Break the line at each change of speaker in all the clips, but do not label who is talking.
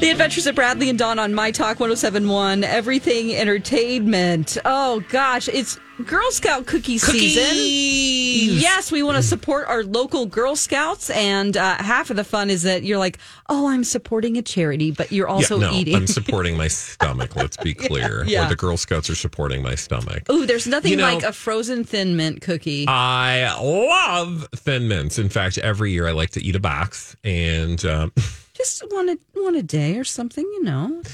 The Adventures of Bradley and Dawn on My Talk 1071, Everything Entertainment. Oh gosh, it's Girl Scout cookie season. Yes, we want to support our local Girl Scouts, and uh, half of the fun is that you're like, oh, I'm supporting a charity, but you're also
yeah, no,
eating.
I'm supporting my stomach. Let's be clear.
yeah. Oh,
Or the Girl Scouts are supporting my stomach.
Ooh, there's nothing
You know- Uh
like a frozen thin mint cookie.
I love thin mints. In fact, every year I like to eat a box, and um,
Just one a, one a day or something, you know.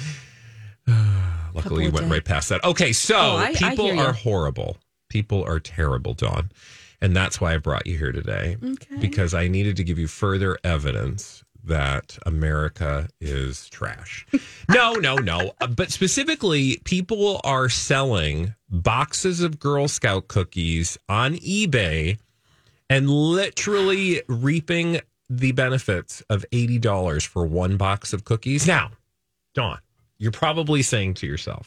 luckily you
Couple of
went right past that. Okay, so
Oh, I- I
people
hear ya.
are horrible. People are terrible, Dawn, and that's why I brought you here today
Okay.
because I needed to give you further evidence that America is trash. no, no, no. But specifically, people are selling boxes of Girl Scout cookies on eBay and literally reaping the benefits of $80 for one box of cookies. Now, Dawn, you're probably saying to yourself,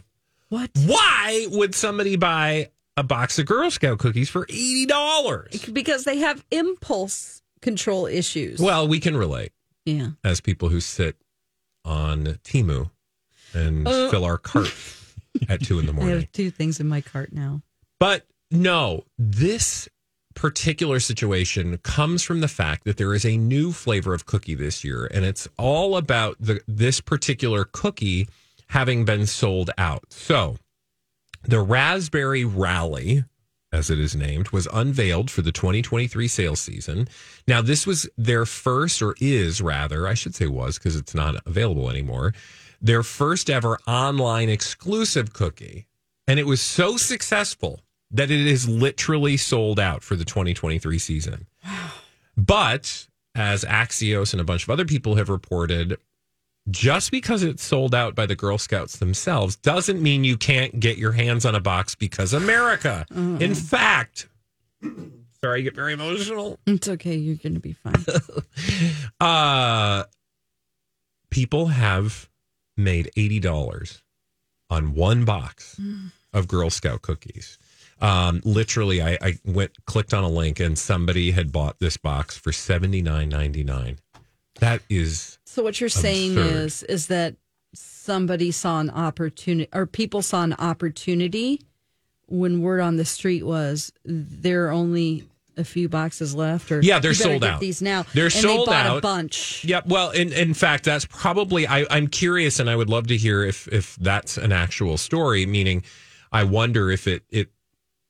what?
why would somebody buy a box of Girl Scout cookies for $80?
Because they have impulse control issues.
Well, we can relate
yeah.
as people who sit on Timu and
Uh.
fill our cart at two in the
I
morning.
have two things in my cart now.
But no, this particular situation comes from the fact that there is a new flavor of cookie this year, and it's all about the this particular cookie having been sold out. So the raspberry rally as it is named, was unveiled for the 2023 sales season. Now, this was their first, or is rather, I should say was because it's not available anymore, their first ever online exclusive cookie. And it was so successful that it is literally sold out for the 2023 season. But as Axios and a bunch of other people have reported, just because it's sold out by the Girl Scouts themselves doesn't mean you can't get your hands on a box because America. In fact, sorry, I get very emotional.
It's okay. You're going to be fine.
Uh, people have made $80 on one box of Girl Scout cookies. Um, literally, I, I went clicked on a link and somebody had bought this box for seventy nine ninety nine. That is
So what you're saying
Absurd.
is is that somebody saw an opportunity or people saw an opportunity when word on the street was there are only a few boxes left or
Yeah, they're
"You better
sold
get
out.
These now.
They're
and they
sold
bought a
out.
bunch.
Yeah, well, in in fact, that's probably I, I'm curious, and I would love to hear if if that's an actual story. Meaning, I wonder if it it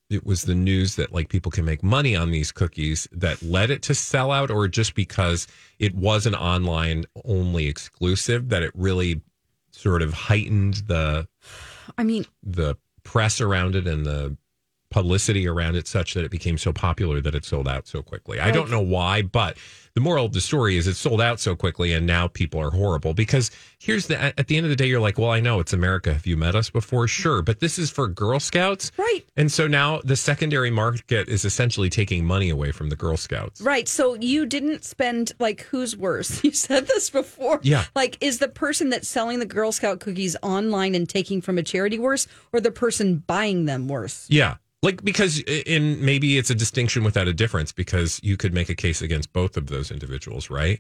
it was the news that like people can make money on these cookies that led it to sell out, or just because it was an online only exclusive that it really sort of heightened the
I mean,
the press around it and the publicity around it such that it became so popular that it sold out so quickly. I don't know why, but the moral of the story is it sold out so quickly and now people are horrible because here's the at the end of the day you're like, "Well, I know it's America. Have you met us before?" Sure, but this is for Girl Scouts.
right.
And so now the secondary market is essentially taking money away from the Girl Scouts.
Right. So you didn't spend like who's worse. You said this before.
Yeah.
Like, is the person that's selling the Girl Scout cookies online and taking from a charity worse, or the person buying them worse?
Yeah. Like because i- in maybe it's a distinction without a difference because you could make a case against both of those individuals, right?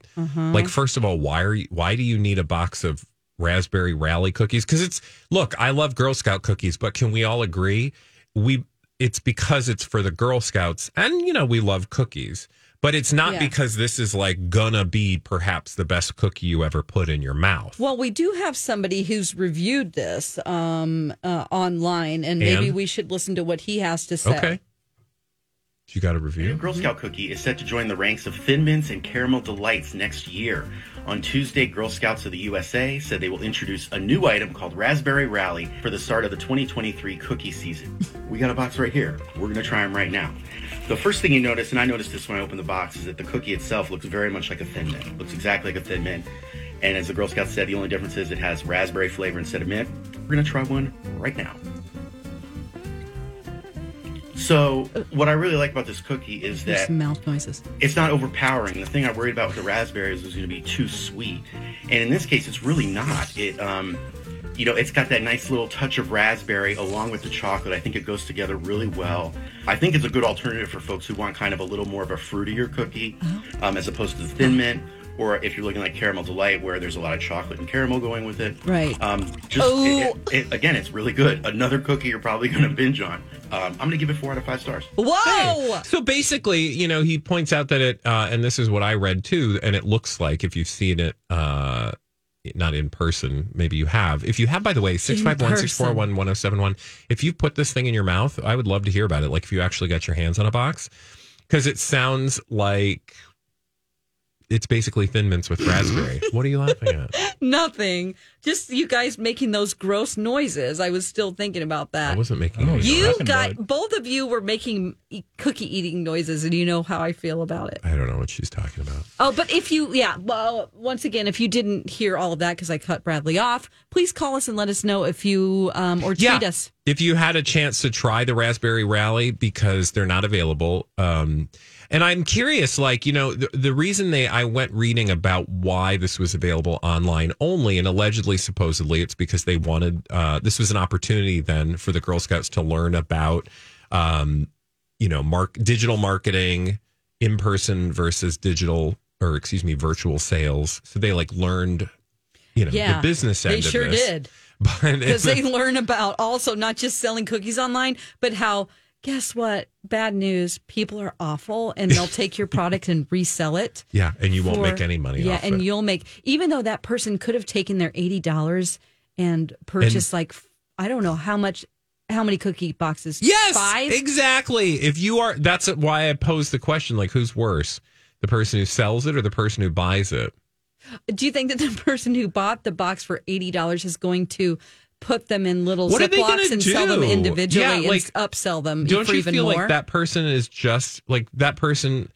Like first of all, why are you, why do you need a box of raspberry rally cookies? Cuz it's look, I love Girl Scout cookies, but can we all agree we it's because it's for the Girl Scouts and you know we love cookies, But it's not
Yeah.
because this is like gonna be perhaps the best cookie you ever put in your mouth.
Well, we do have somebody who's reviewed this um, uh, online, and maybe
And?
we should listen to what he has to say.
Okay. You got a
The
review?
Girl Scout cookie is set to join the ranks of Thin Mints and Caramel Delights next year. On Tuesday, Girl Scouts of the USA said they will introduce a new item called Raspberry Rally for the start of the 2023 cookie season. We got a box right here. We're going to try them right now. The first thing you notice, and I noticed this when I opened the box, is that the cookie itself looks very much like a Thin Mint. looks exactly like a Thin Mint. And as the Girl Scouts said, the only difference is it has raspberry flavor instead of mint. We're going to try one right now. So, what I really like about this cookie is
There's
that
some mouth noises.
it's not overpowering. The thing I worried about with the raspberries was going to be too sweet, and in this case, it's really not. It, um, you know, it's got that nice little touch of raspberry along with the chocolate. I think it goes together really well. I think it's a good alternative for folks who want kind of a little more of a fruitier cookie, um, as opposed to the thin mint. Or if you're looking like caramel delight, where there's a lot of chocolate and caramel going with it,
Right.
Um, just it, it, it- again, it's really good. Another cookie you're probably going to binge on. Um, I'm going to give it four out of five stars.
Whoa!
So basically, you know, he points out that it, uh, and this is what I read too, and it looks like if you've seen it, uh, not in person, maybe you have. If you have, by the way, 651 641 1071, if you put this thing in your mouth, I would love to hear about it. Like if you actually got your hands on a box, because it sounds like it's basically Thin Mints with raspberry. what are you laughing at?
Nothing. Just you guys making those gross noises. I was still thinking about
I
that.
wasn't making
Oh,
any
You
Nothing,
got
bud.
both of you were making e- cookie eating noises, and you know how I feel about it.
I don't know what she's talking about.
Oh, but if you, yeah, well, once again, if you didn't hear all of that because I cut Bradley off, please call us and let us know if you um, or tweet us.
If you had a chance to try the Raspberry Rally because they're not available, um, and I'm curious, like you know, the, the reason they I went reading about why this was available online only, and allegedly, supposedly, it's because they wanted uh, this was an opportunity then for the Girl Scouts to learn about, um, you know, mark digital marketing, in person versus digital, or excuse me, virtual sales. So they like learned, you know,
Yeah,
the business end
They
of
sure
this.
did.
But
Because they learn about also not just selling cookies online, but how, guess what? Bad news. People are awful and they'll take your product and resell it.
Yeah, and you won't
for-
make any money
Yeah,
off
and
it.
you'll make even though that person could have taken their eighty dollars and purchased like f- I don't know how much, how many cookie boxes?
yes,
five.
exactly. If you are, that's why I posed the question: like, who's worse, the person who sells it or the person who buys it?
Do you think that the person who bought the box for eighty dollars is going to? Put them in little
What are they
Ziplocs
gonna
and sell them
do?
individually
Yeah,
and
like,
s- upsell them
Don't
for
you
even
feel
more.
like that person is just like that person?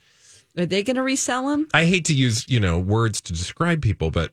Are they going to resell them?
I hate to use you know words to describe people, but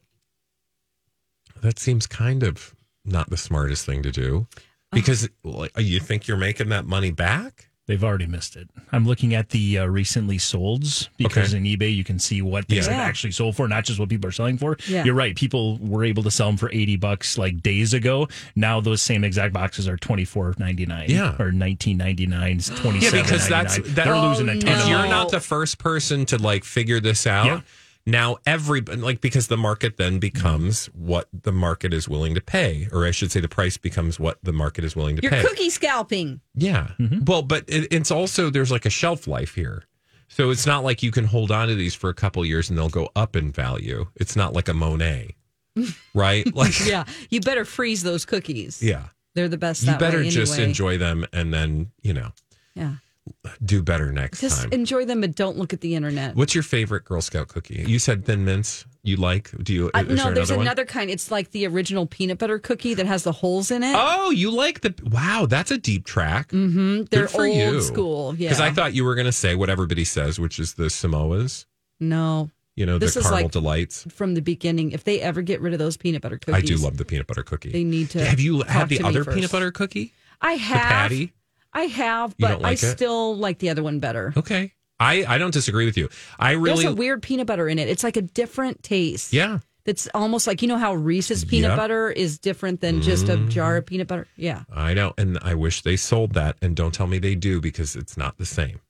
that seems kind of not the smartest thing to do because like, you think you're making that money back.
They've already missed it. I'm looking at the uh, recently solds because
Okay.
in eBay you can see what things
Yeah.
have actually sold for, not just what people are selling for.
Yeah.
You're right. People were able to sell them for 80 bucks like days ago. Now those same exact boxes are 24.99
Yeah.
or 19.99, 27.99.
Yeah, because that's that,
they're losing a
Oh,
ton
no.
of
If you're
money.
not the first person to like figure this out,
Yeah.
now everybody like because the market then becomes what the market is willing to pay, or I should say, the price becomes what the market is willing to
You're
pay.
cookie scalping.
Yeah.
Mm-hmm.
Well, but it, it's also there's like a shelf life here. So it's not like you can hold on to these for a couple years and they'll go up in value. It's not like a Monet, right? Like,
Yeah, you better freeze those cookies.
yeah.
They're the best.
You
that way
better just
anyway.
enjoy them and then, you know,
Yeah,
do better next
just
time.
enjoy them, but don't look at the internet.
What's your favorite Girl Scout cookie? You said Thin Mints. You like? Do you?
Uh,
is
no,
there
there's
another,
another kind. It's like the original peanut butter cookie that has the holes in it.
One? Oh, you like the? Wow, that's a deep track.
hmm They're
Good for
old
you.
school. Yeah.
Because I thought you were going to say what everybody says, which is the Samoas.
no,
You know,
This
the
is
caramel
like
delights.
from the beginning, if they ever get rid of those peanut butter cookies,
I do love the peanut butter cookie.
They need to.
Have you
talk
had the
to me
other
first.
peanut butter cookie?
I have.
patty?
I have,
You
but
don't like
I
it?
still like the other one better.
Okay, I I don't disagree with you. I really,
There's a weird peanut butter in it. It's like a different taste.
yeah.
That's almost like you know how Reese's peanut
Yep.
butter is different than just a
Mm.
jar of peanut butter. Yeah.
I know, and I wish they sold that. And don't tell me they do because it's not the same.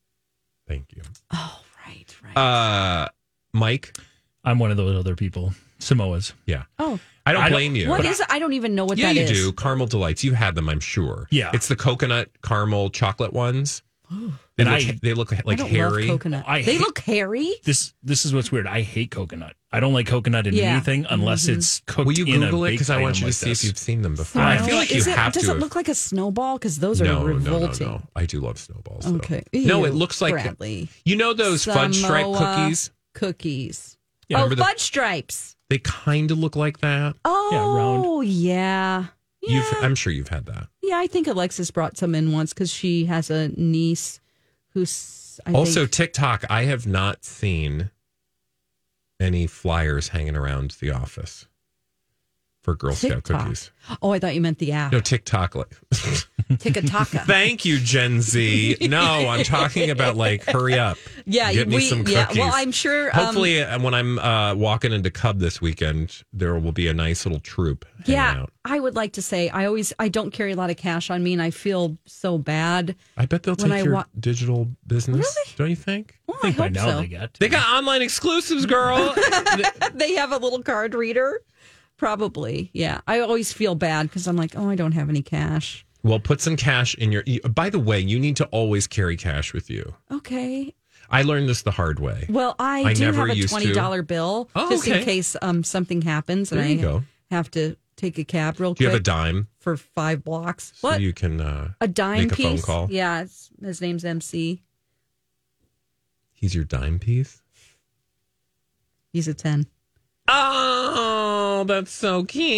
Thank you,
Oh right, right.
uh, Mike.
I'm one of those other people. Samoas.
Yeah,
oh,
I don't
I don't-
blame you.
what
but
is? it? I don't even know what
yeah,
that
you
is.
do. Caramel delights. You had them, I'm sure.
Yeah.
It's the coconut caramel chocolate ones. They, look,
And I-
they look like
Oh. I don't
hairy.
love coconut.
I
they
hate-
look hairy.
This this is what's weird. I hate coconut. I don't like coconut in
Yeah. Mm-hmm.
anything unless it's cooked.
Will you
in
Google
a
it?
Because
Because I want you to
like
see
this.
if you've seen them before.
Well,
I feel like you
is it,
have
does
to.
it
have-
look like a snowball? Because those are
no,
revolting.
no, no, no. I do love snowballs. though.
Okay.
No, it
Ew,
looks like
Bradley.
you know those fudge stripe
Samoa
cookies.
Cookies.
Yeah,
oh,
remember the-
fudge stripes.
They kind of look like that.
round.
Oh, yeah. Yeah.
You've, I'm sure you've had that.
yeah, I think Alexis brought some in once because she has a niece who's I
also,
think,
TikTok. I have not seen any flyers hanging around the office for Girl Scout
TikTok.
cookies.
oh, I thought you meant the app.
No TikTok. Like,
Tikataka.
thank you, Gen Z. No, I'm talking about like hurry up.
Yeah,
get me
we-
some
yeah,
cookies.
well, I'm sure, um,
Hopefully, uh, when I'm uh, walking into Cub this weekend, there will be a nice little troop. hanging
yeah,
out.
I would like to say I always I don't carry a lot of cash on me, and I feel so bad.
I bet they'll
When
take
I
your
wa-
digital business.
Really?
Don't you think?
Well,
I
I,
think by
hope
now
so.
they got. to.
They got online exclusives, girl.
they have a little card reader. Probably, yeah. I always feel bad because I'm like, oh, I don't have any cash.
well, put some cash in your. you- By the way, you need to always carry cash with you.
Okay.
I learned this the hard way.
Well, I,
I
do
never
have a
used to.
twenty dollar bill
Oh,
just
okay.
in case um something happens and
There you
I
go.
have to take a cab real
Do you
quick
have a dime
for five blocks.
so
what
you can uh,
a dime
make a
piece?
phone call?
Yeah, it's, his name's MC.
He's your dime piece.
He's a ten.
Oh, that's so cute.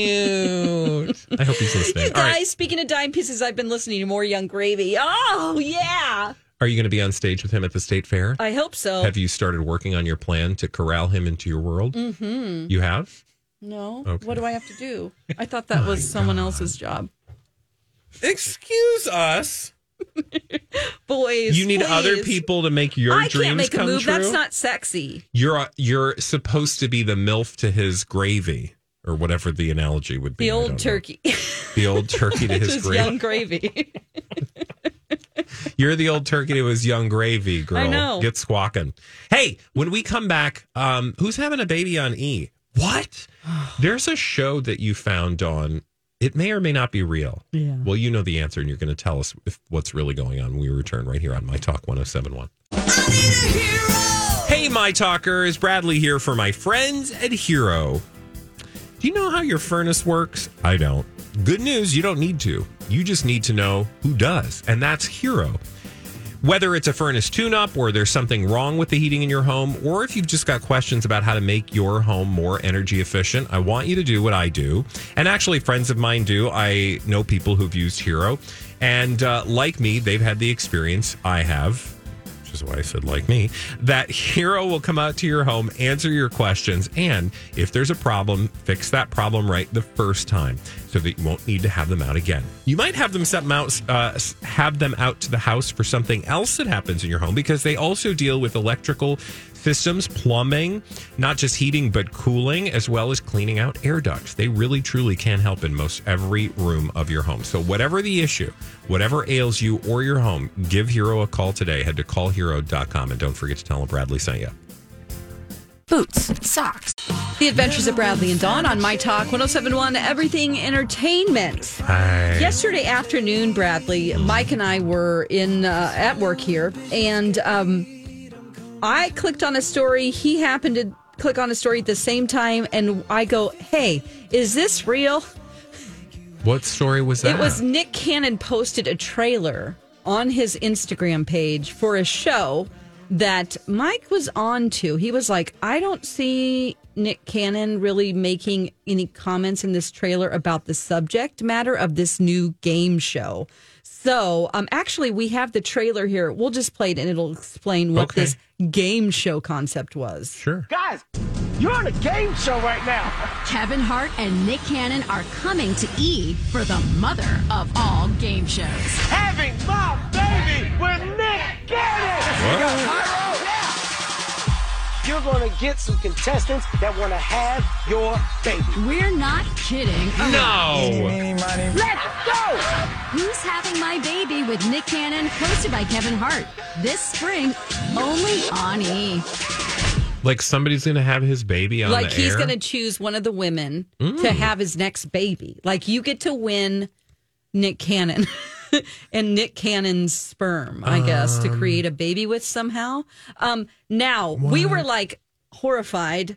I hope he's listening. All
Guys,
right.
speaking of dime pieces, I've been listening to more Young Gravy. Oh yeah,
Are you going to be on stage with him at the state fair?
I hope so.
Have you started working on your plan to corral him into your world?
Mm-hmm.
You have?
No.
Okay.
What do I have to do? I thought that was someone else's job.
Excuse us.
Boys,
You need other
please.
people to make your
I
dreams
can't make a
come
move.
true.
That's not sexy.
you're uh, you're supposed to be the milf to his gravy or whatever the analogy would be.
The
I don't
old
know.
turkey,
The old turkey to his
just young
gravy.
gravy.
You're the old turkey to his young gravy, girl.
I know.
Get squawking. Hey, when we come back, um, who's having a baby on E? What? There's a show that you found on. It may or may not be real.
Yeah.
Well, you know the answer, and you're going to tell us if, what's really going on when we return right here on My Talk 1071. Hey, My Talkers. Bradley here for my friends at Hero. Do you know how your furnace works? I don't. Good news, you don't need to. You just need to know who does, and that's Hero. Whether it's a furnace tune up or there's something wrong with the heating in your home, or if you've just got questions about how to make your home more energy efficient, I want you to do what I do. And actually, friends of mine do. I know people who've used Hero. And uh, like me, they've had the experience I have, which is why I said like me, that Hero will come out to your home, answer your questions, and if there's a problem, fix that problem right the first time so that you won't need to have them out again. You might have them set them out, uh, s- have them out to the house for something else that happens in your home because they also deal with electrical systems, plumbing, not just heating, but cooling, as well as cleaning out air ducts. They really truly can help in most every room of your home. So, whatever the issue, whatever ails you or your home, give Hero a call today. Head to callhero.com and don't forget to tell them Bradley sent you.
Boots, socks.
the Adventures of Bradley and Dawn on My Talk 1071 Everything Entertainment.
Hi.
Yesterday afternoon, Bradley, Mike and I were in uh, at work here, and um, I clicked on a story. He happened to click on a story at the same time, and I go, "Hey, is this real?"
What story was that?
It was Nick Cannon posted a trailer on his Instagram page for a show that Mike was on to. He was like, I don't see Nick Cannon really making any comments in this trailer about the subject matter of this new game show. So, um, actually, we have the trailer here. We'll just play it and it'll explain what
Okay.
this game show concept was.
Sure.
Guys, you're on a game show right now.
Kevin Hart and Nick Cannon are coming to E for the mother of all game shows.
Having my baby with Nick Cannon.
What?
Yeah. You're gonna get some contestants that wanna have your baby.
We're not kidding. around.
No.
Let's go!
Who's Having My Baby with Nick Cannon, hosted by Kevin Hart. This spring, only on E.
Like somebody's going to have his baby on
like
the
he's
air? Mm.
going to choose one of the women to have his next baby. Like you get to win Nick Cannon. and Nick Cannon's sperm, I guess,
Um.
to create a baby with somehow. Um, now we were like horrified.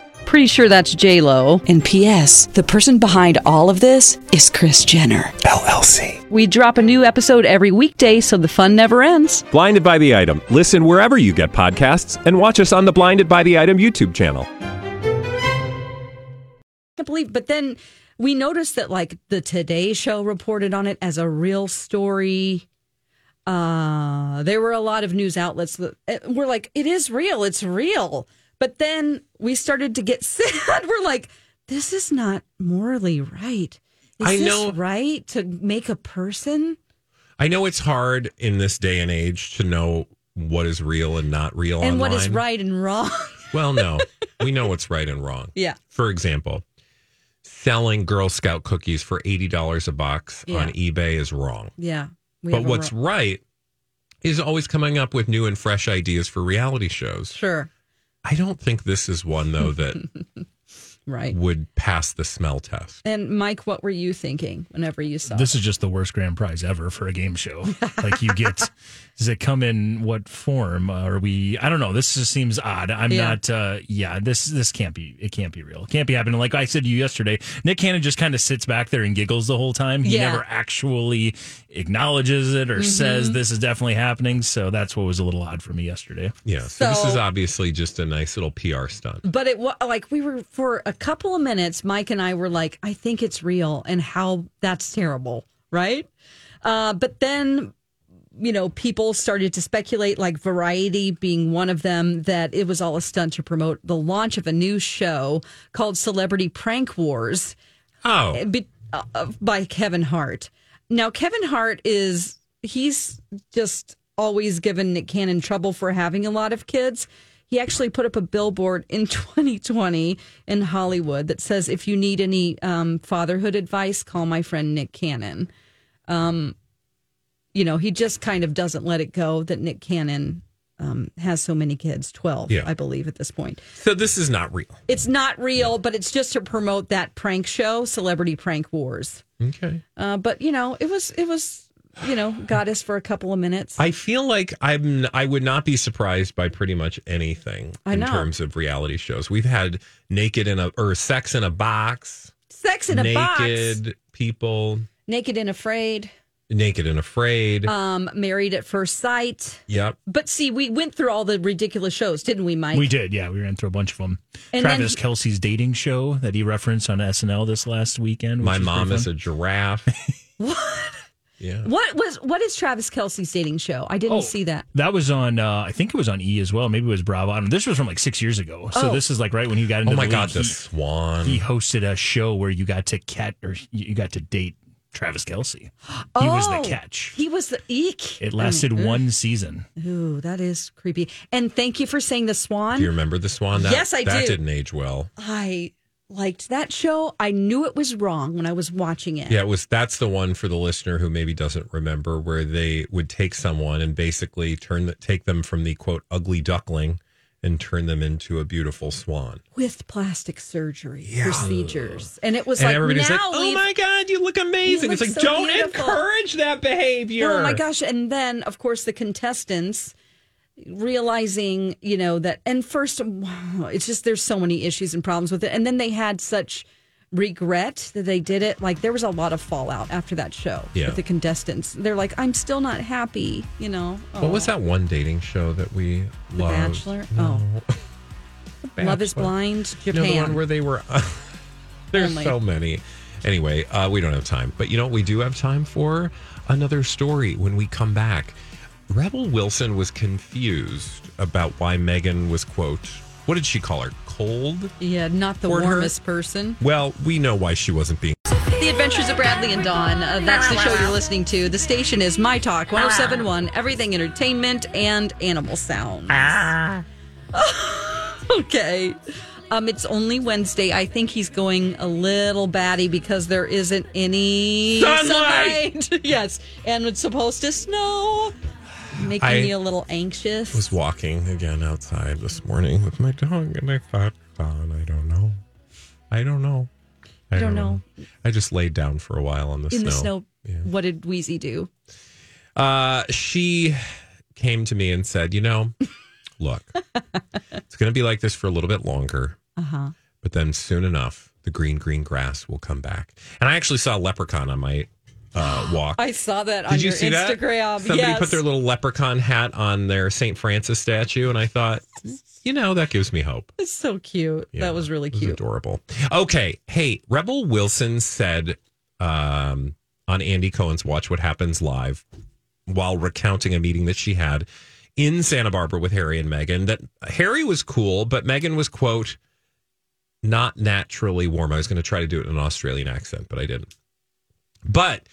Pretty sure that's J Lo.
And P.S. The person behind all of this is Chris Jenner.
LLC.
We drop a new episode every weekday, so the fun never ends.
Blinded by the Item. Listen wherever you get podcasts and watch us on the Blinded by the Item YouTube channel.
can't believe. But then we noticed that like the Today Show reported on it as a real story. Uh, there were a lot of news outlets that eh, were like, "It is real. It's real." But then we started to get sad. We're like, "This is not morally right." Is
I
this
know-
right to make a person?
I know it's hard in this day and age to know what is real and not real online.
And what is right and wrong?
Well, no, we know what's right and wrong.
yeah,
For example, selling Girl Scout cookies for $80 a box
Yeah.
on eBay is wrong.
yeah. We
but
have a
what's
wrong-
right is always coming up with new and fresh ideas for reality shows.
sure
I don't think this is one, though, that
right?
would pass the smell test.
And Mike, what were you thinking whenever you saw
This is just the worst grand prize ever for a game show. like you get, does it come in what form? Uh, are we? I don't know. This just seems odd. I'm
Yeah.
not. Uh, yeah, this this can't be. It can't be real. It can't be happening. Like I said to you yesterday, Nick Cannon just kind of sits back there and giggles the whole time. He
Yeah.
never actually acknowledges it or
Mm-hmm.
says this is definitely happening. So that's what was a little odd for me yesterday.
Yeah. So, this is
So-
obviously just a nice little PR stunt.
but it was like we were for a couple of minutes mike and i were like i think it's real and how that's terrible right uh, but then you know people started to speculate like variety being one of them that it was all a stunt to promote the launch of a new show called celebrity prank wars
Oh,
be, uh, uh, by Kevin Hart. Now, Kevin Hart is he's just always given Nick Cannon trouble for having a lot of kids. He actually put up a billboard in 2020 in Hollywood that says, "If you need any um, fatherhood advice, call my friend Nick Cannon." Um, you know, he just kind of doesn't let it go that Nick Cannon um, has so many kids, 12,
Yeah.
I believe, at this point
so this is not real.
it's not real, but it's just to promote that prank show, Celebrity Prank Wars.
Okay.
Uh, but you know, it was it was you know got us for a couple of minutes.
I feel like I'm. I would not be surprised by pretty much anything
I
in
know.
terms of reality shows. We've had naked in a or sex in a box,
Sex in a
naked
box,
people,
naked and afraid,
naked and afraid.
um, married at first sight.
yep.
But see, we went through all the ridiculous shows, didn't we, Mike?
We did, yeah. We ran through a bunch of them.
And
Travis
then-
Kelsey's dating show that he referenced on SNL this last weekend. which
My
was pretty
mom is
fun.
a giraffe.
What?
Yeah.
What was what is Travis Kelsey's dating show? I didn't
Oh.
see that.
That was on, uh, I think it was on E as well. Maybe it was Bravo. I don't know. This was from like six years ago. So
Oh.
this is like right when you got into
Oh my
the
god,
league.
the swan.
He, he hosted a show where you got to cat or you you got to date Travis Kelsey. He was
Oh,
the catch.
He was the eek.
It lasted
Mm-hmm.
one season.
Ooh, that is creepy. And thank you for saying the swan.
do you remember the swan? That,
Yes, I
That
do.
didn't age well.
I liked that show. I knew it was wrong when I was watching it.
Yeah, it was. That's the one for the listener who maybe doesn't remember, where they would take someone and basically turn the, take them from the quote ugly duckling and turn them into a beautiful swan.
With plastic surgery procedures. And it was
and
like,
everybody's
now
like, "Oh
we've-
my god, you look amazing!"
You
it's
look
like,
so
don't
beautiful."
encourage that behavior.
Oh my gosh. And then, of course, the contestants realizing, you know, that, and first, wow, it's just there's so many issues and problems with it. And then they had such regret that they did it. Like, there was a lot of fallout after that show
Yeah.
with the contestants. They're like, I'm still not happy, you know.
What was that one dating show that we
The
loved?
Bachelor?
No.
Oh. Love is
Bachelor.
Blind,
You know
Japan.
the one where they were There's
Only.
so many. Anyway, uh, we don't have time, but you know what we do have time for? Another story when we come back. Rebel Wilson was confused about why Megan was, quote, what did she call her? Cold?
Yeah, not the
Toward her?
warmest person.
Well, we know why she wasn't being.
The Adventures of Bradley and Dawn. Uh, that's the show you're listening to. The station is My Talk 1071,
Ah.
Everything Entertainment and Animal Sounds.
Ah.
okay. Um, it's only Wednesday. I think he's going a little batty because there isn't any
Sunlight!
sunlight. yes. And it's supposed to snow. Making
I
me a little anxious.
was walking again outside this morning with my dog, and I thought, Don, I don't know. I don't know. I
don't
I just laid down for a while on the
In
snow.
the snow. What did Wheezy do?
Uh, she came to me and said, "You know, look, it's going to be like this for a little bit longer,
Uh-huh.
but then soon enough, the green, green grass will come back." And I actually saw a leprechaun on my uh, walk.
I saw that on
Did you
your
see that?
Instagram.
Somebody
yes.
put their little leprechaun hat on their St. Francis statue, and I thought, you know, that gives me hope.
It's so cute.
Yeah,
that was really
it was
cute.
adorable. Okay. Hey, Rebel Wilson said um, on Andy Cohen's Watch What Happens Live while recounting a meeting that she had in Santa Barbara with Harry and Meghan that Harry was cool, but Meghan was, quote, not naturally warm. I was going to try to do it in an Australian accent, but I didn't. But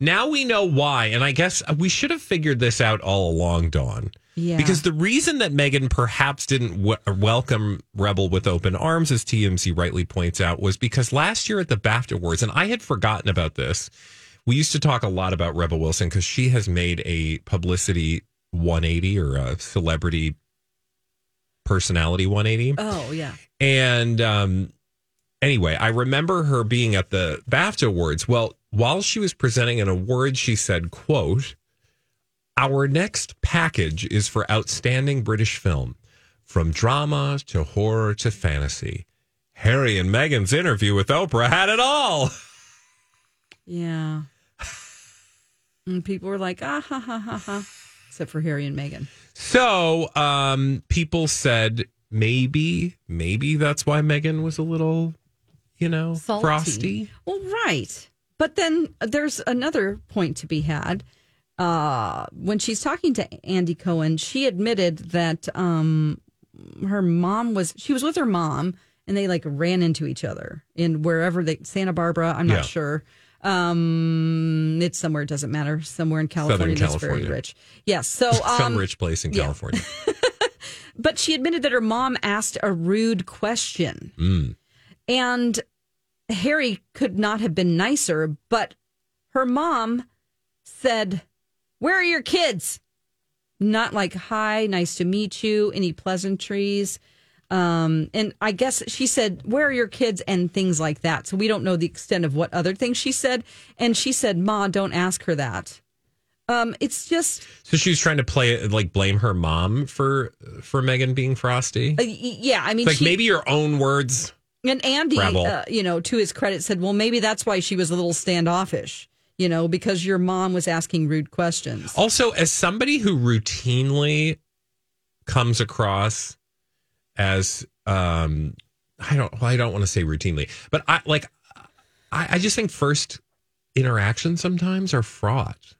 now we know why. And I guess we should have figured this out all along, Dawn.
Yeah.
Because the reason that Megan perhaps didn't w- welcome Rebel with open arms, as TMZ rightly points out, was because last year at the BAFTA Awards, and I had forgotten about this, we used to talk a lot about Rebel Wilson because she has made a publicity 180 or a celebrity personality 180.
Oh yeah.
And um, anyway, I remember her being at the BAFTA Awards. Well, while she was presenting an award, she said, quote, our next package is for outstanding British film, from drama to horror to fantasy. Harry and Meghan's interview with Oprah had it all.
Yeah. And people were like, ah ha ha ha ha. Except for Harry and Meghan.
So um, people said maybe, maybe that's why Meghan was a little, you know,
Salty.
frosty.
Well, right. But then there's another point to be had. Uh, when she's talking to Andy Cohen, she admitted that um, her mom was she was with her mom and they like ran into each other in wherever they Santa Barbara. I'm not
Yeah.
sure. Um, it's somewhere. It doesn't matter. Somewhere in California, that's very
California.
rich. Yes. So
Some
um,
rich place in
yeah.
California.
but she admitted that her mom asked a rude question.
Mm.
And Harry could not have been nicer, but her mom said, Where are your kids? Not like, Hi, nice to meet you, any pleasantries. Um, and I guess she said, Where are your kids? and things like that. So we don't know the extent of what other things she said. And she said, Ma, don't ask her that. Um, it's just
So she was trying to play it like blame her mom for for Megan being frosty.
uh, y- yeah. I mean,
Like
she-
maybe your own words.
And Andy,
Rebel.
uh, you know, to his credit, said, "Well, maybe that's why she was a little standoffish, you know, because your mom was asking rude questions."
Also, as somebody who routinely comes across as um I don't well, I don't want to say routinely, but I like I, I just think first interactions sometimes are fraught.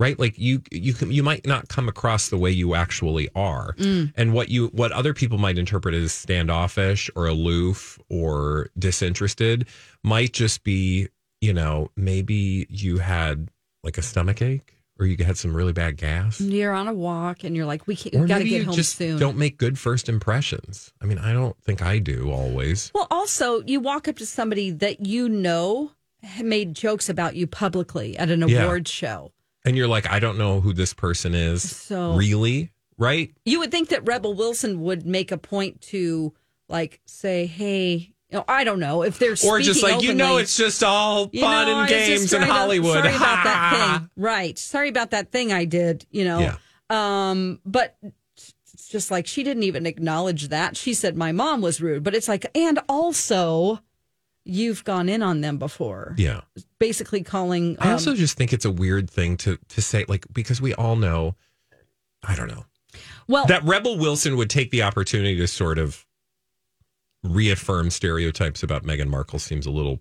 Right? Like you you can- you might not come across the way you actually are.
Mm.
And what you what other people might interpret as standoffish or aloof or disinterested might just be, you know, maybe you had like a stomach ache or you had some really bad gas.
You're on a walk, and you're like, "We, can't,
Or
we got to
maybe
get
you
home
just
soon."
don't make good first impressions. I mean, I don't think I do always.
Well, also, you walk up to somebody that you know made jokes about you publicly at an
Yeah.
award show.
And you're like, I don't know who this person is.
So-
really? Right?
You would think that Rebel Wilson would make a point to, like, say, "Hey." You know, I don't know if they're
Or just
speaking
like, you know,
openly-
it's just all
You
fun
know, I
and
was just
games in
trying to-
Hollywood.
sorry about
Ha!
that thing. Right. Sorry about that thing I did, you know.
Yeah.
Um, but it's just like she didn't even acknowledge that. She said my mom was rude, but it's like and also you've gone in on them before.
Yeah.
Basically calling
I
um,
also just think it's a weird thing to to say, like, because we all know, I don't know.
well
that Rebel Wilson would take the opportunity to sort of reaffirm stereotypes about Meghan Markle seems a little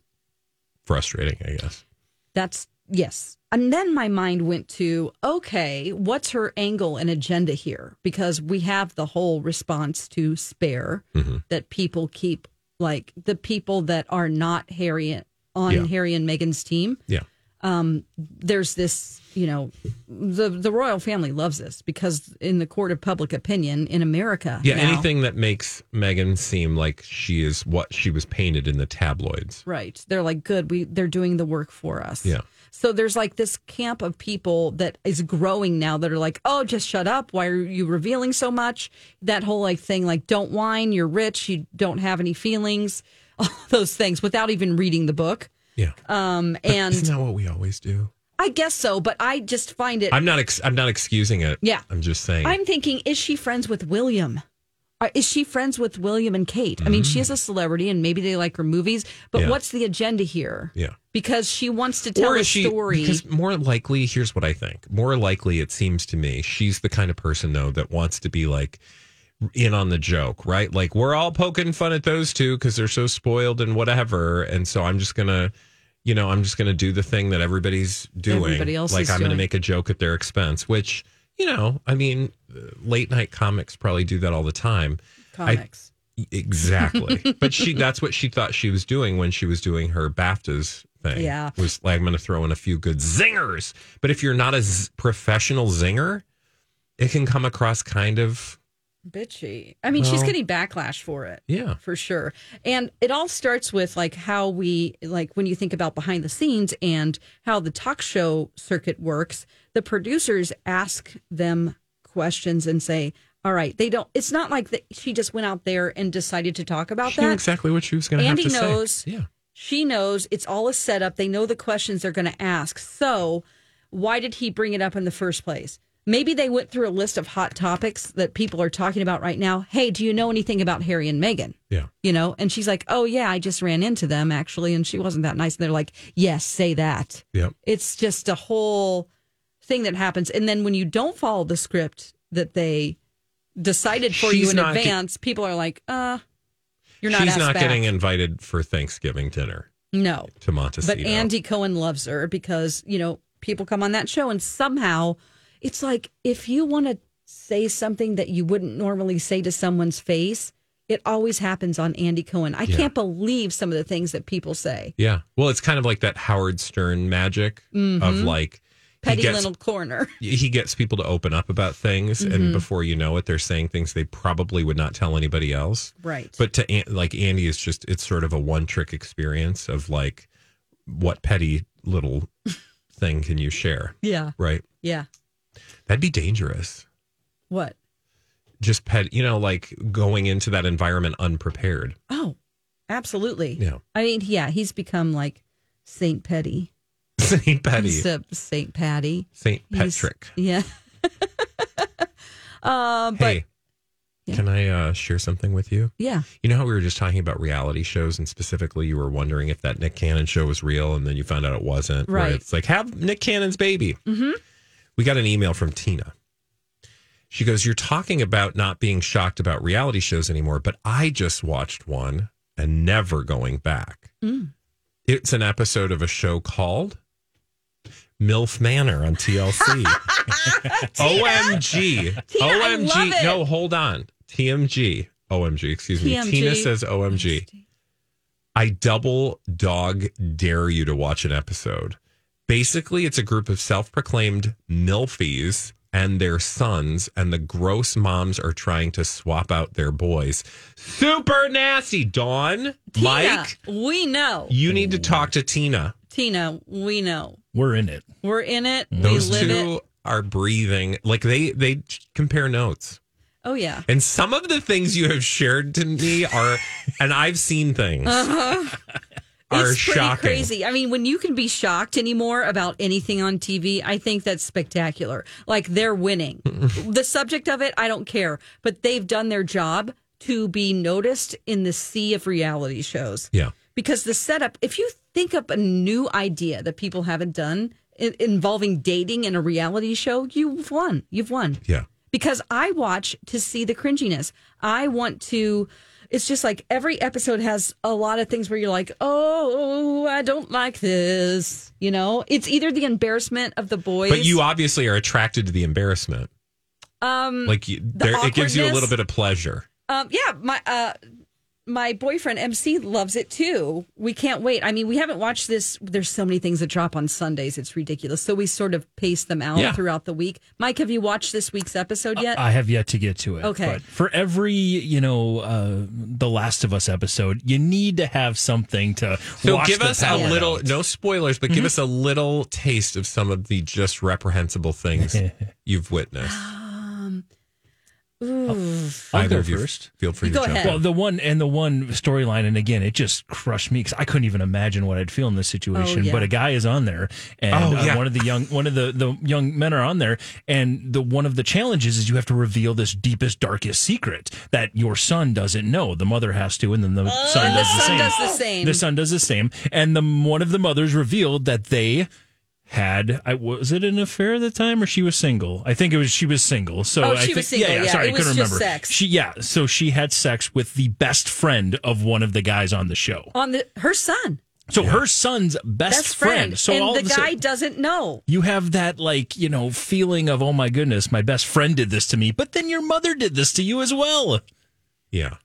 frustrating, I guess.
That's yes. And then my mind went to okay, what's her angle and agenda here? Because we have the whole response to spare
Mm-hmm.
that people keep like the people that are not Harry and- on
Yeah.
Harry and Meghan's team.
Yeah.
There's this, you know, the the royal family loves this because in the court of public opinion in America,
Yeah,
now-
anything that makes Meghan seem like she is what she was painted in the tabloids.
Right. They're like, good, we they're doing the work for us.
Yeah.
So there's like this camp of people that is growing now that are like, oh, just shut up. Why are you revealing so much? That whole like thing, like, don't whine, you're rich, you don't have any feelings, all those things without even reading the book.
Yeah.
Um,
Isn't
and
that what we always do?
I guess so, but I just find it.
I'm not ex- I'm not excusing it.
Yeah.
I'm just saying.
I'm thinking, is she friends with William? Or Is she friends with William and Kate? I mean, she is a celebrity, and maybe they like her movies. But
Mm-hmm. Yeah.
what's the agenda here?
Yeah.
because she wants to tell a story.
Because more likely, here's what I think. More likely, it seems to me, she's the kind of person though that wants to be like in on the joke, right? Like we're all poking fun at those two because they're so spoiled and whatever. And so I'm just gonna, you know, I'm just gonna do the thing that everybody's doing.
Everybody else
like
is
I'm gonna
doing.
make a joke at their expense, which you know, I mean, uh, late night comics probably do that all the time. I-
Comics.
Exactly. but she that's what she thought she was doing when she was doing her BAFTAs thing.
Yeah.
Was like I'm going to throw in a few good zingers. But if you're not a z- professional zinger, it can come across kind of
bitchy. I mean, she's
Well-
getting backlash for it.
yeah.
For sure. And it all starts with like how we like when you think about behind the scenes and how the talk show circuit works, the producers ask them questions and say, "All right, they don't it's not like that she just went out there and decided to talk about
She
that.
knew exactly what she was going to have
Andy
to say.
knows.
Yeah.
She knows it's all a setup. They know the questions they're going to ask. So, why did he bring it up in the first place? Maybe they went through a list of hot topics that people are talking about right now. Hey, do you know anything about Harry and Meghan?
Yeah.
You know, and she's like, oh, yeah, I just ran into them actually. And she wasn't that nice. And they're like, yes, say that.
Yep.
It's just a whole thing that happens. And then when you don't follow the script that they decided for you
She's
in
not ge-
advance, people are like, uh, you're not
She's
asked
not
back.
getting invited for Thanksgiving dinner
No.
to Montecito.
But Andy Cohen loves her because, you know, people come on that show and somehow it's like if you want to say something that you wouldn't normally say to someone's face, it always happens on Andy Cohen. I can't believe some of the things that people say.
Yeah. Well, it's kind of like that Howard Stern magic of like he
Mm-hmm. Petty
gets-
little corner.
he gets people to open up about things
Mm-hmm.
and before you know it they're saying things they probably would not tell anybody else
Right.
but to An- like andy is just it's sort of a one trick experience of like what petty little thing can you share
yeah.
right
Yeah.
that'd be dangerous
What?
just pet you know like going into that environment unprepared
Oh, absolutely.
Yeah.
I mean, yeah, he's become like Saint Petty.
saint petty
Instead of Saint Patty.
saint
He's-
patrick
Yeah. uh, but
hey can i uh, share something with you
yeah.
You know how we were just talking about reality shows, and specifically, you were wondering if that Nick Cannon show was real, and then you found out it wasn't. where
Right.
It's like have Nick Cannon's baby. Mm-hmm. We got an email from Tina. She goes, "You're talking about not being shocked about reality shows anymore, but I just watched one and never going back.
Mm.
It's an episode of a show called." MILF Manor on TLC. OMG.
I
OMG.
love it.
No, Oh, hold on. TMG. OMG. Excuse me.
TMG.
Tina says OMG. I double dog dare you to watch an episode. Basically, it's a group of self proclaimed MILFies and their sons, and the gross moms are trying to swap out their boys. Super nasty, Dawn. Mike,
Tina, we know.
you need to talk to Tina.
Tina, we know.
We're in it.
We're in it.
Those
we live
two
it.
are breathing. Like they they compare notes.
Oh yeah.
And some of the things you have shared to me are and I've seen things are
Uh-huh. it's pretty
shocking.
crazy. I mean, when you can be shocked anymore about anything on TV, I think that's spectacular. Like they're winning. the subject of it, I don't care, but they've done their job to be noticed in the sea of reality shows.
Yeah.
because the setup if you think up a new idea that people haven't done i- involving dating in a reality show you've won you've won
Yeah.
because i watch to see the cringiness i want to it's just like every episode has a lot of things where you're like, oh, I don't like this. You know, it's either the embarrassment of the boys,
But you obviously are attracted to the embarrassment.
um,
Like you, there, it gives you a
awkwardness.
little bit of pleasure.
Um, yeah, my uh, my boyfriend MC loves it too. We can't wait. I mean, we haven't watched this. There's so many things that drop on Sundays; it's ridiculous. So we sort of pace them out
Yeah. Uh,
throughout the week. Mike, have you watched this week's episode yet?
I have yet to get to it.
Okay.
But for every, you know, uh, The Last of Us episode, you need to have something to
So
wash
give
the
us a
palate
little,
out.
no spoilers, but give
Mm-hmm.
us a little taste of some of the just reprehensible things you've witnessed.
Ooh.
I'll
Either
go
of you
first.
feel free
You
to
go
jump
ahead.
in.
Well, the one and the one storyline, and again, it just crushed me because I couldn't even imagine what I'd feel in this situation.
Oh, yeah.
But a guy is on there, and
Oh,
uh,
yeah.
one of the young one of the, the young men are on there, and the one of the challenges is you have to reveal this deepest, darkest secret that your son doesn't know. The mother has to, and then the son
Oh, the
does the
son
uh,
same.
does the same.
The son does the same, and the one of the mothers revealed that they. Had I was it an affair at the time or she was single? I think it was she was single. So
Oh,
I
she
think,
was
Yeah,
single,
yeah,
yeah.
sorry,
It
I
was
couldn't
just
remember.
sex.
She yeah, so she had sex with the best friend of one of the guys on the show.
on the her son,
So her son's best,
best friend,
So
and
all
the
of a
guy
sudden,
doesn't know.
you have that like you know feeling of oh my goodness, my best friend did this to me, but then your mother did this to you as well.
Yeah.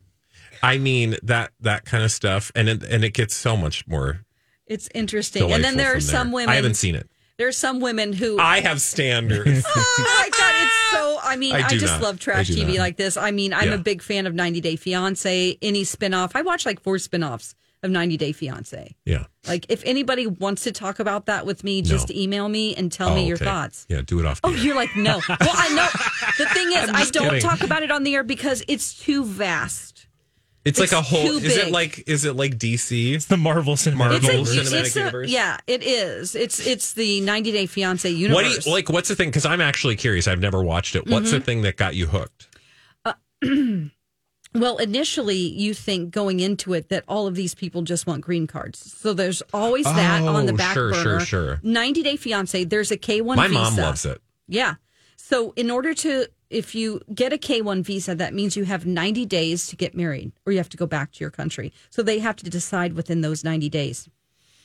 I mean that that kind of stuff, and it, and it gets so much more.
It's interesting.
Delightful
And then there are
from
some women.
I haven't seen it.
There are some women who
I have standards.
oh my god, it's so. I mean,
I
I,
do
just
not.
love trash
I do
TV
not.
like this. I mean, I'm
Yeah.
a big fan of 90 Day Fiance. Any spinoff, I watch like four spinoffs of 90 Day Fiance.
yeah.
Like, if anybody wants to talk about that with me, just
No.
email me and tell
Oh,
me your
okay.
thoughts.
Yeah, do it off. the
Oh,
air.
you're like no. Well, I know. The thing is, I
just
don't
kidding.
talk about it on the air because it's too vast.
it's,
it's
like a whole.
too
Is it
big.
like is it like DC?
It's the Marvel Cinematic
Marvel
Universe.
Cinematic
it's
Universe?
yeah, it is. It's it's the 90 Day Fiance universe. Mm-hmm.
What do you, like? What's the thing? Because I'm actually curious. I've never watched it. What's the thing that got you hooked?
Well, initially, you think going into it that all of these people just want green cards. So there's always that on the
Oh,
back
sure,
burner.
sure, sure.
90 Day Fiance, there's a K1
My
visa.
mom loves it.
Yeah. So in order to, if you get a K1 visa, that means you have 90 days to get married or you have to go back to your country. So they have to decide within those 90 days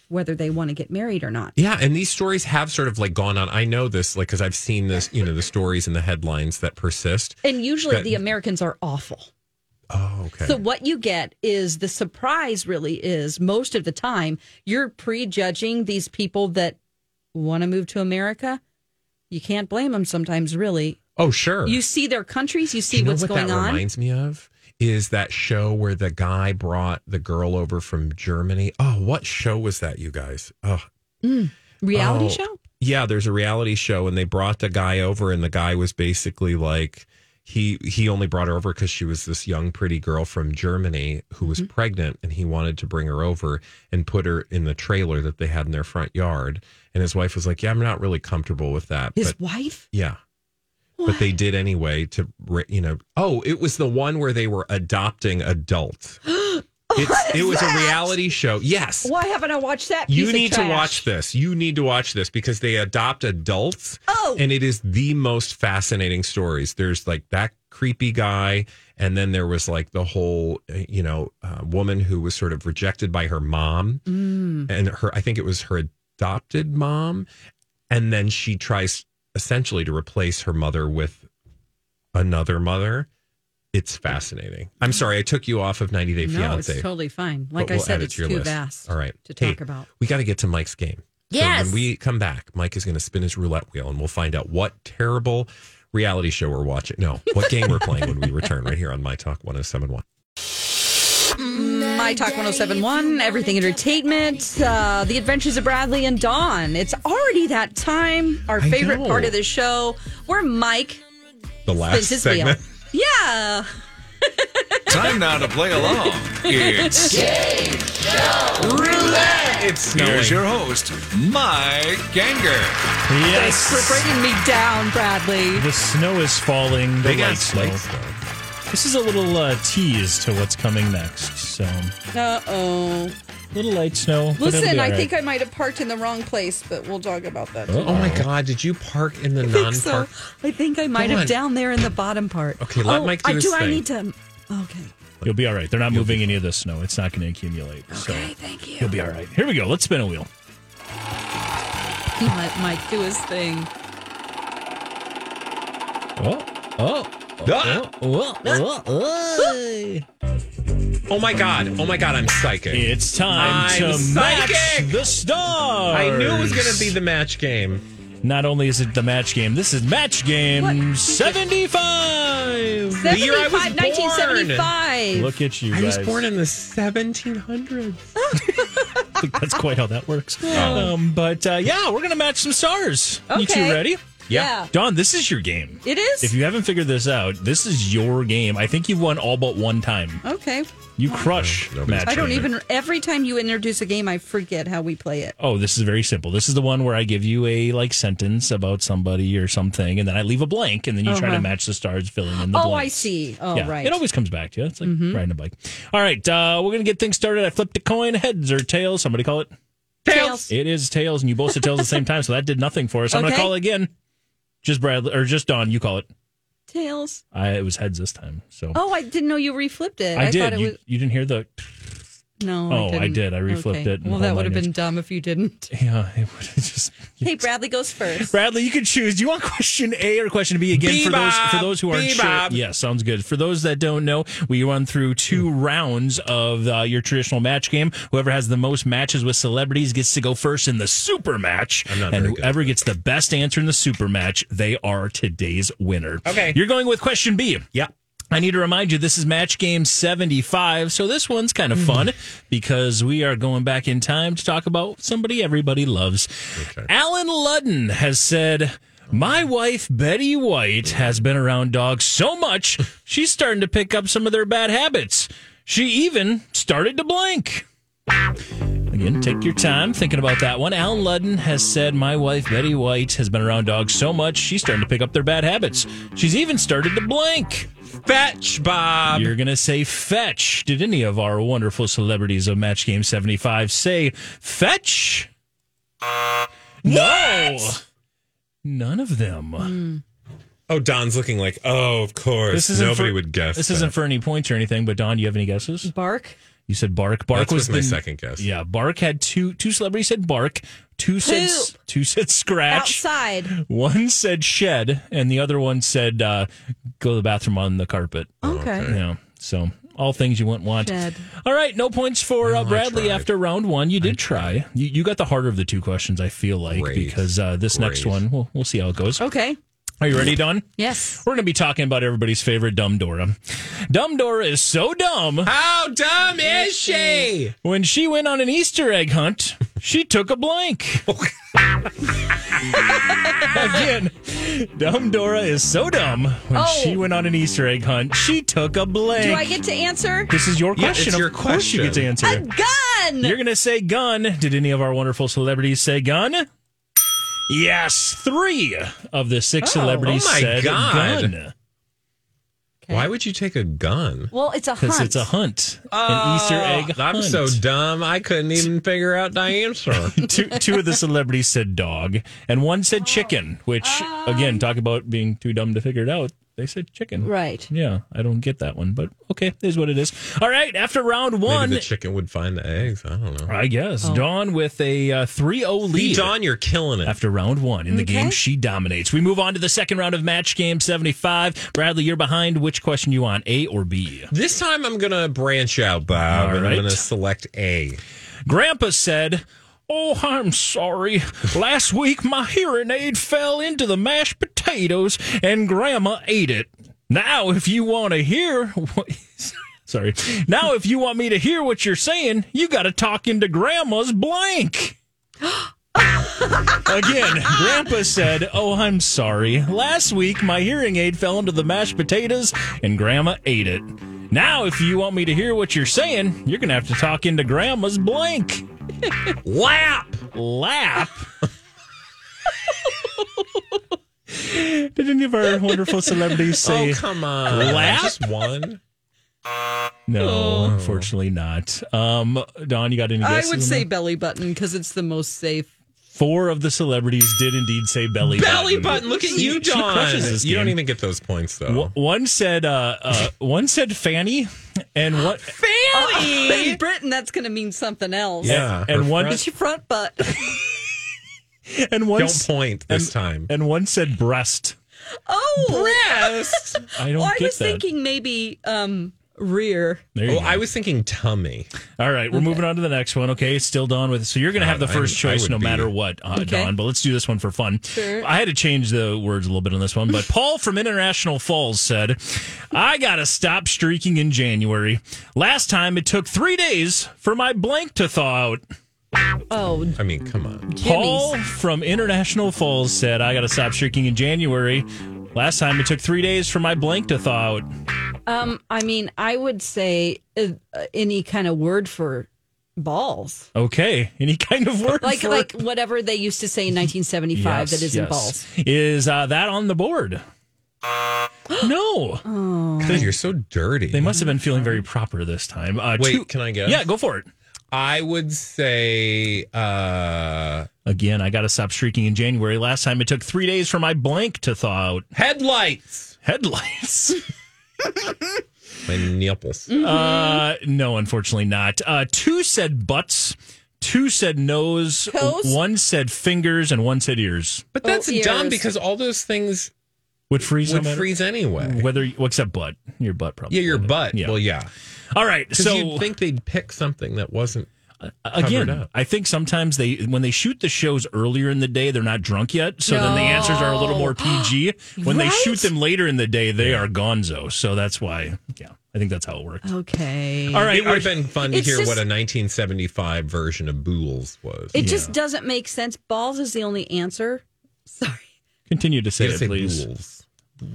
whether they want to get married or not.
Yeah, and these stories have sort of like gone on. I know this, like, because I've seen this, you know, the stories and the headlines that persist.
And usually
That-
the Americans are awful.
Oh, okay.
So what you get is the surprise really is most of the time you're prejudging these people that want to move to America. You can't blame them sometimes really.
oh, sure.
You see their countries, you see
Do you know
what's
what
going
that
on.
reminds me of is that show where the guy brought the girl over from Germany. Oh, what show was that, you guys? Oh,
Reality
Oh,
show?
Yeah, there's a reality show, and they brought the guy over, and the guy was basically like, he he only brought her over because she was this young, pretty girl from Germany who was
Mm-hmm.
pregnant, and he wanted to bring her over and put her in the trailer that they had in their front yard. And his wife was like, "Yeah, I'm not really comfortable with that."
His
but
wife?
yeah. But they did anyway to, ra- you know, oh, it was the one where they were adopting adults.
Oh,
It's, it was a reality show. Yes.
Why haven't I watched that?
You
piece of
need to
trash?
watch this. You need to watch this because they adopt adults.
Oh.
And it is the most fascinating stories. There's like that creepy guy. And then there was like the whole, uh, you know, uh, woman who was sort of rejected by her mom
Mm.
and her, I think it was her adopted mom. And then she tries essentially to replace her mother with another mother. It's fascinating. I'm sorry, I took you off of 90 Day
No,
Fiance.
it's totally fine. Like
But
I
we'll add
said,
it
it's
to your
too
list.
vast.
All right.
to
Hey,
talk about.
We got to get to Mike's game.
Yes.
when we come back, Mike is going to spin his roulette wheel and we'll find out what terrible reality show we're watching. No, what game we're playing when we return right here on My Talk 1071.
My Talk 1071, Everything Entertainment, uh, The Adventures of Bradley and Dawn. It's already that time, our
I
favorite
know.
part of the show, where Mike
The last
spins his
segment.
wheel. Yeah.
Time now to play along. It's
It's snowing.
here's your host, Mike Ganger.
Yes,
Thanks for bringing me down, Bradley.
the snow is falling. The
They got
lights
snow.
snow. This is a little uh, tease to what's coming next. So
Uh oh.
little light snow. but it'll
Listen,
be all
I
right.
think I might have parked in the wrong place, but we'll talk about that.
Oh my God, did you park in the
I think
non
so.
park?
I think I might
Go
have
on.
down there in the bottom part.
Okay, let
oh,
Mike do
I,
his
Do I
thing.
need to? Okay.
You'll be all right. They're not moving any of the snow. It's not going to accumulate.
Okay,
so
thank you.
You'll be all right. Here we go. Let's spin a wheel.
Let Mike do his thing.
Oh, oh,
Ah!
oh, oh, oh, oh.
Oh my god! Oh my god! I'm psychic.
It's time
I'm
to
psychic!
match the stars.
I knew it was going to be the match game.
Not only is it the match game, this is match game 75.
The year I was
75, 1975.
Look at you
I was
guys.
born in the 1700s.
I think that's quite how that works.
Oh.
Um, but uh, yeah, we're going to match some stars. You two
Okay.
ready?
Yeah.
Don, this is your game.
It is?
If you haven't figured this out, this is your game. I think you've won all but one time.
Okay.
You crush
No, nobody's
match.
Oh, I don't
game.
even. Every time you introduce a game, I forget how we play it.
Oh, this is very simple. This is the one where I give you a like sentence about somebody or something, and then I leave a blank, and then you try to
Uh-huh.
match the stars filling in the
Oh,
blank.
I see. Oh,
yeah.
right. Mm-hmm.
It always comes back to you. It's like riding a bike. All right, uh, we're gonna get things started. I flipped a coin, heads or tails. Somebody call it.
Tails.
It is tails, and you both said tails at the same time, so that did nothing for us. I'm gonna
Okay.
call it again. Just Bradley or just Don, you call it.
Tails.
I it was heads this time. So
Oh, I didn't know you reflipped it.
I,
thought
did.
it
You,
was.
you didn't hear the
No.
Oh, I
didn't.
did. I reflipped
Okay.
it and
Well,
whole
that
nine
would have been
yards.
dumb if you didn't.
yeah, it would just
Hey, Bradley goes first.
Bradley, you can choose. Do you want question A or question B again for those for
Bebop,
those who aren't
bebop.
sure? Yeah, sounds good. For those that don't know, we run through two rounds of uh, your traditional match game. Whoever has the most matches with celebrities gets to go first in the super match,
I'm not
and
very good
whoever gets the best answer in the super match, they are today's winner.
Okay.
you're going with question B.
Yep.
I need to remind you, this is match game 75. So this one's kind of fun
Mm-hmm.
because we are going back in time to talk about somebody everybody loves. Alan Ludden has said, My wife, Betty White, has been around dogs so much, she's starting to pick up some of their bad habits. She even started to blank. Again, take your
Mm-hmm.
time thinking about that one. Alan Ludden has said, My wife, Betty White, has been around dogs so much, she's starting to pick up their bad habits. She's even started to blank.
Fetch, Bob.
You're going to say fetch. Did any of our wonderful celebrities of Match Game 75 say fetch? No. None of them.
oh, Don's looking like, oh, of course. Nobody
for,
would guess.
This
that.
isn't for any points or anything, but Don, do you have any guesses?
Bark.
You said bark. Bark
That's
was
was my
the,
second guess.
Yeah, bark had two two celebrities said bark, two said
Poop.
two said scratch,
Outside.
one said shed, and the other one said uh, go to the bathroom on the carpet.
Oh
Okay.
Yeah. So all things you wouldn't want.
Shed.
All right, no points for uh,
Oh, I
Bradley
tried.
after round one. You did try. You, you got the harder of the two questions. I feel like
Great.
because uh, this next
Great.
one, we'll, we'll see how it goes.
Okay.
Are you ready, Don?
Yes.
We're going to be talking about everybody's favorite Dumb Dora. Dumb Dora is so dumb.
How dumb is she?
When she went on an Easter egg hunt, she took a blank. Again, Dumb Dora is so dumb. When
Oh.
she went on an Easter egg hunt, she took a blank.
Do I get to answer?
this is your
Yeah,
question.
it's
of
your
course you get to
question.
answer.
A gun.
You're going to say gun. Did any of our wonderful celebrities say gun? Yes, three of the six
Oh.
celebrities
Oh my
said
God.
gun
Okay.
Why would you take a gun?
Well, it's a
because
hunt.
it's a hunt, an Easter egg.
Uh, I'm
hunt.
so dumb. I couldn't even figure out the answer.
two, two of the celebrities said dog, and one said chicken. Which again, talk about being too dumb to figure it out. They said chicken.
Right.
Yeah, I don't get that one, but okay, it is what it is. All right, after round one,
Maybe the chicken would find the eggs. I don't know.
I guess Dawn with a uh, 3-0
Lee
lead.
Don, you're killing it.
After round one in the game, she dominates. We move on to the second round of match game 75. Bradley, you're behind. Which question you want, A or B?
This time I'm going to branch out, Bob,
All
and
right.
I'm going to select A.
Grandpa said, Oh, I'm sorry. Last week, my hearing aid fell into the mashed potatoes and Grandma ate it. Now, if you want to hear. Sorry. Now, if you want me to hear what you're saying, you got to talk into Grandma's blank. Again, Grandpa said, Oh, I'm sorry. Last week, my hearing aid fell into the mashed potatoes and Grandma ate it. Now, if you want me to hear what you're saying, you're going to have to talk into Grandma's blank.
Lap!
Lap. Did any of our wonderful celebrities say
Oh, come on.
Lap?
Just one?
no? Unfortunately, not. Um, Don, you got any
I
guesses?
would
on
say
that?
belly button because it's the most safe.
Four of the celebrities did indeed say belly,
Belly
button.
button. Look at
She-
you,
she
Dawn.
crushes this
You don't
game.
even get those points though.
W- One said, uh, uh, one said Fanny, and what?
Fanny! In Britain, that's going to mean something else.
Yeah.
and
Her
one-
front-
It's your front butt.
and one
Don't point this time.
and one said breast.
Oh!
Breast.
I don't
well, I
get
was
that.
thinking maybe um, rear.
There you
Oh,
go.
I was thinking tummy.
All right, we're moving on to the next one. Okay, it's still Dawn with. So you're going to have the
God, I-
first
I
choice
would
no
be-
matter what, uh, Dawn. But let's do this one for fun.
Sure.
I had to change the words a little bit on this one. But Paul from International Falls said, "I got to stop streaking in January. Last time it took three days for my blank to thaw out."
Oh,
I mean, come on.
Paul from International Falls said, "I got to stop streaking in January. Last time it took three days for my blank to thaw out."
um, I mean, I would say uh, uh, any kind of word for balls.
Okay, any kind of word
Like
for
like whatever they used to say in 1975 that isn't
yes.
balls.
Is uh, that on the board? No.
Oh,
God, you're so dirty.
They must have been feeling very proper this time. Uh,
Wait,
two-
can I guess?
Yeah, go for it.
I would say uh
Again, I got to stop streaking in January. Last time it took three days for my blank to thaw out.
headlights.
Headlights.
My nipples.
Mm-hmm.
uh, no, unfortunately not. Uh, two said butts. Two said nose.
Toes?
One said fingers, and one said ears.
But that's
Oh, ears.
dumb because all those things
Would freeze. no
would
matter-
freeze anyway.
Whether you, well, except butt, your butt probably.
Yeah, your butt.
Yeah.
Well, yeah.
All right.
Because
So uh,
you'd think they'd pick something that wasn't. covered
again
up.
i think sometimes they when they shoot the shows earlier in the day they're not drunk yet so then the answers are a little more pg when they
Right?
shoot them later in the day they are gonzo so that's why yeah i think that's how it worked
Okay.
all right
It would
are-
have been fun to
It's
hear
just-
what a 1975 version of Bools was.
It just doesn't make sense. Balls is the only answer. Sorry.
continue to say
You
it
gotta say
please
Bools.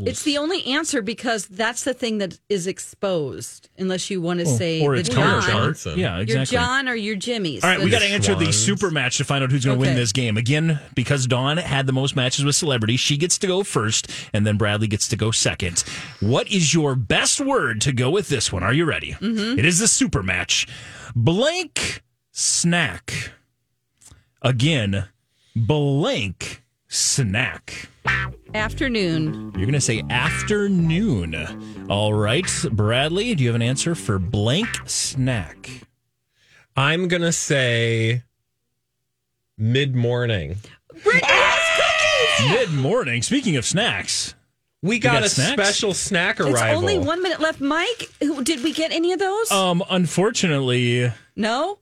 It's the only answer because that's the thing that is exposed, unless you want to say
Oh, or
the
it's Connor
John.
Johnson.
yeah
Your
exactly
John or your Jimmy's.
all right, we got
Your
to answer the
Schwans.
super match to find out who's going to win
Okay.
this game. Again, because Dawn had the most matches with celebrities, she gets to go first, and then Bradley gets to go second. What is your best word to go with this one? Are you ready? It is the super match. Blank snack. Again, blank snack.
afternoon.
You're going to say afternoon. All right, Bradley, do you have an answer for blank snack?
I'm going to say mid morning.
Mid morning. Speaking of snacks.
We got,
got
a
snacks?
special snack arrival.
It's only one minute left. Mike, who- did we get any of those?
Um, unfortunately,
no.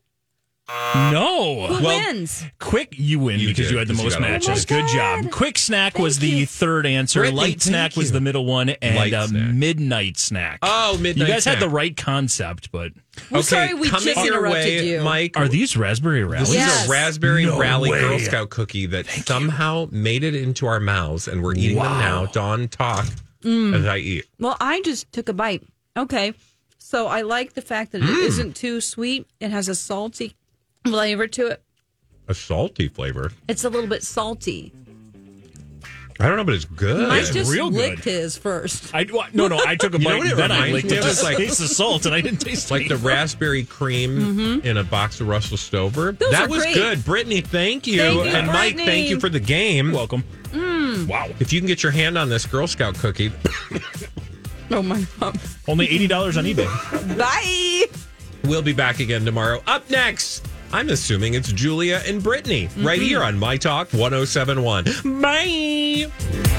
no.
Who wins?
quick, you win
You
because
did,
you had the
'cause you
most
got all
matches.
of
them.
Good
Oh my
job.
God.
Quick snack
Thank
was the
you.
third answer.
Brittany,
Light snack
thank
was
you.
the middle one, and
Light
uh,
snack.
midnight snack.
Oh, midnight
You guys had
snack.
the right concept, but
Well, sorry we
coming
just
your
interrupted
way,
you.
Mike.
are these raspberry rallies?
This
Yes.
is a raspberry
No
rally
way.
Girl Scout cookie that somehow made it into our mouths, and we're eating
Wow.
them now. Dawn, talk
Mm.
as I eat.
Well, I just took a bite. Okay. So I like the fact that it
Mm.
isn't too sweet. It has a salty flavor to it.
A salty flavor.
It's a little bit salty.
I don't know, but it's good.
Mike
It's
just
real good.
licked his first.
I wa- no no I took a
You know
bite
what it
and then I
reminds
licked
me
it
of?
just
It's
like
like-
taste of salt and I didn't taste
like the
anything.
raspberry cream in a box of Russell Stover.
Mm-hmm. Those
that
are
was
great.
good. Brittany, thank you.
Thank you,
and Mike,
Brittany.
thank you for the game.
Welcome.
Mmm.
Wow.
If you can get your hand on this Girl Scout cookie,
Oh my god.
Only eighty dollars on eBay.
Bye.
we'll be back again tomorrow. Up next, I'm assuming
Mm-hmm.
oh it's Julia and Brittany right here on My Talk 1071. Bye.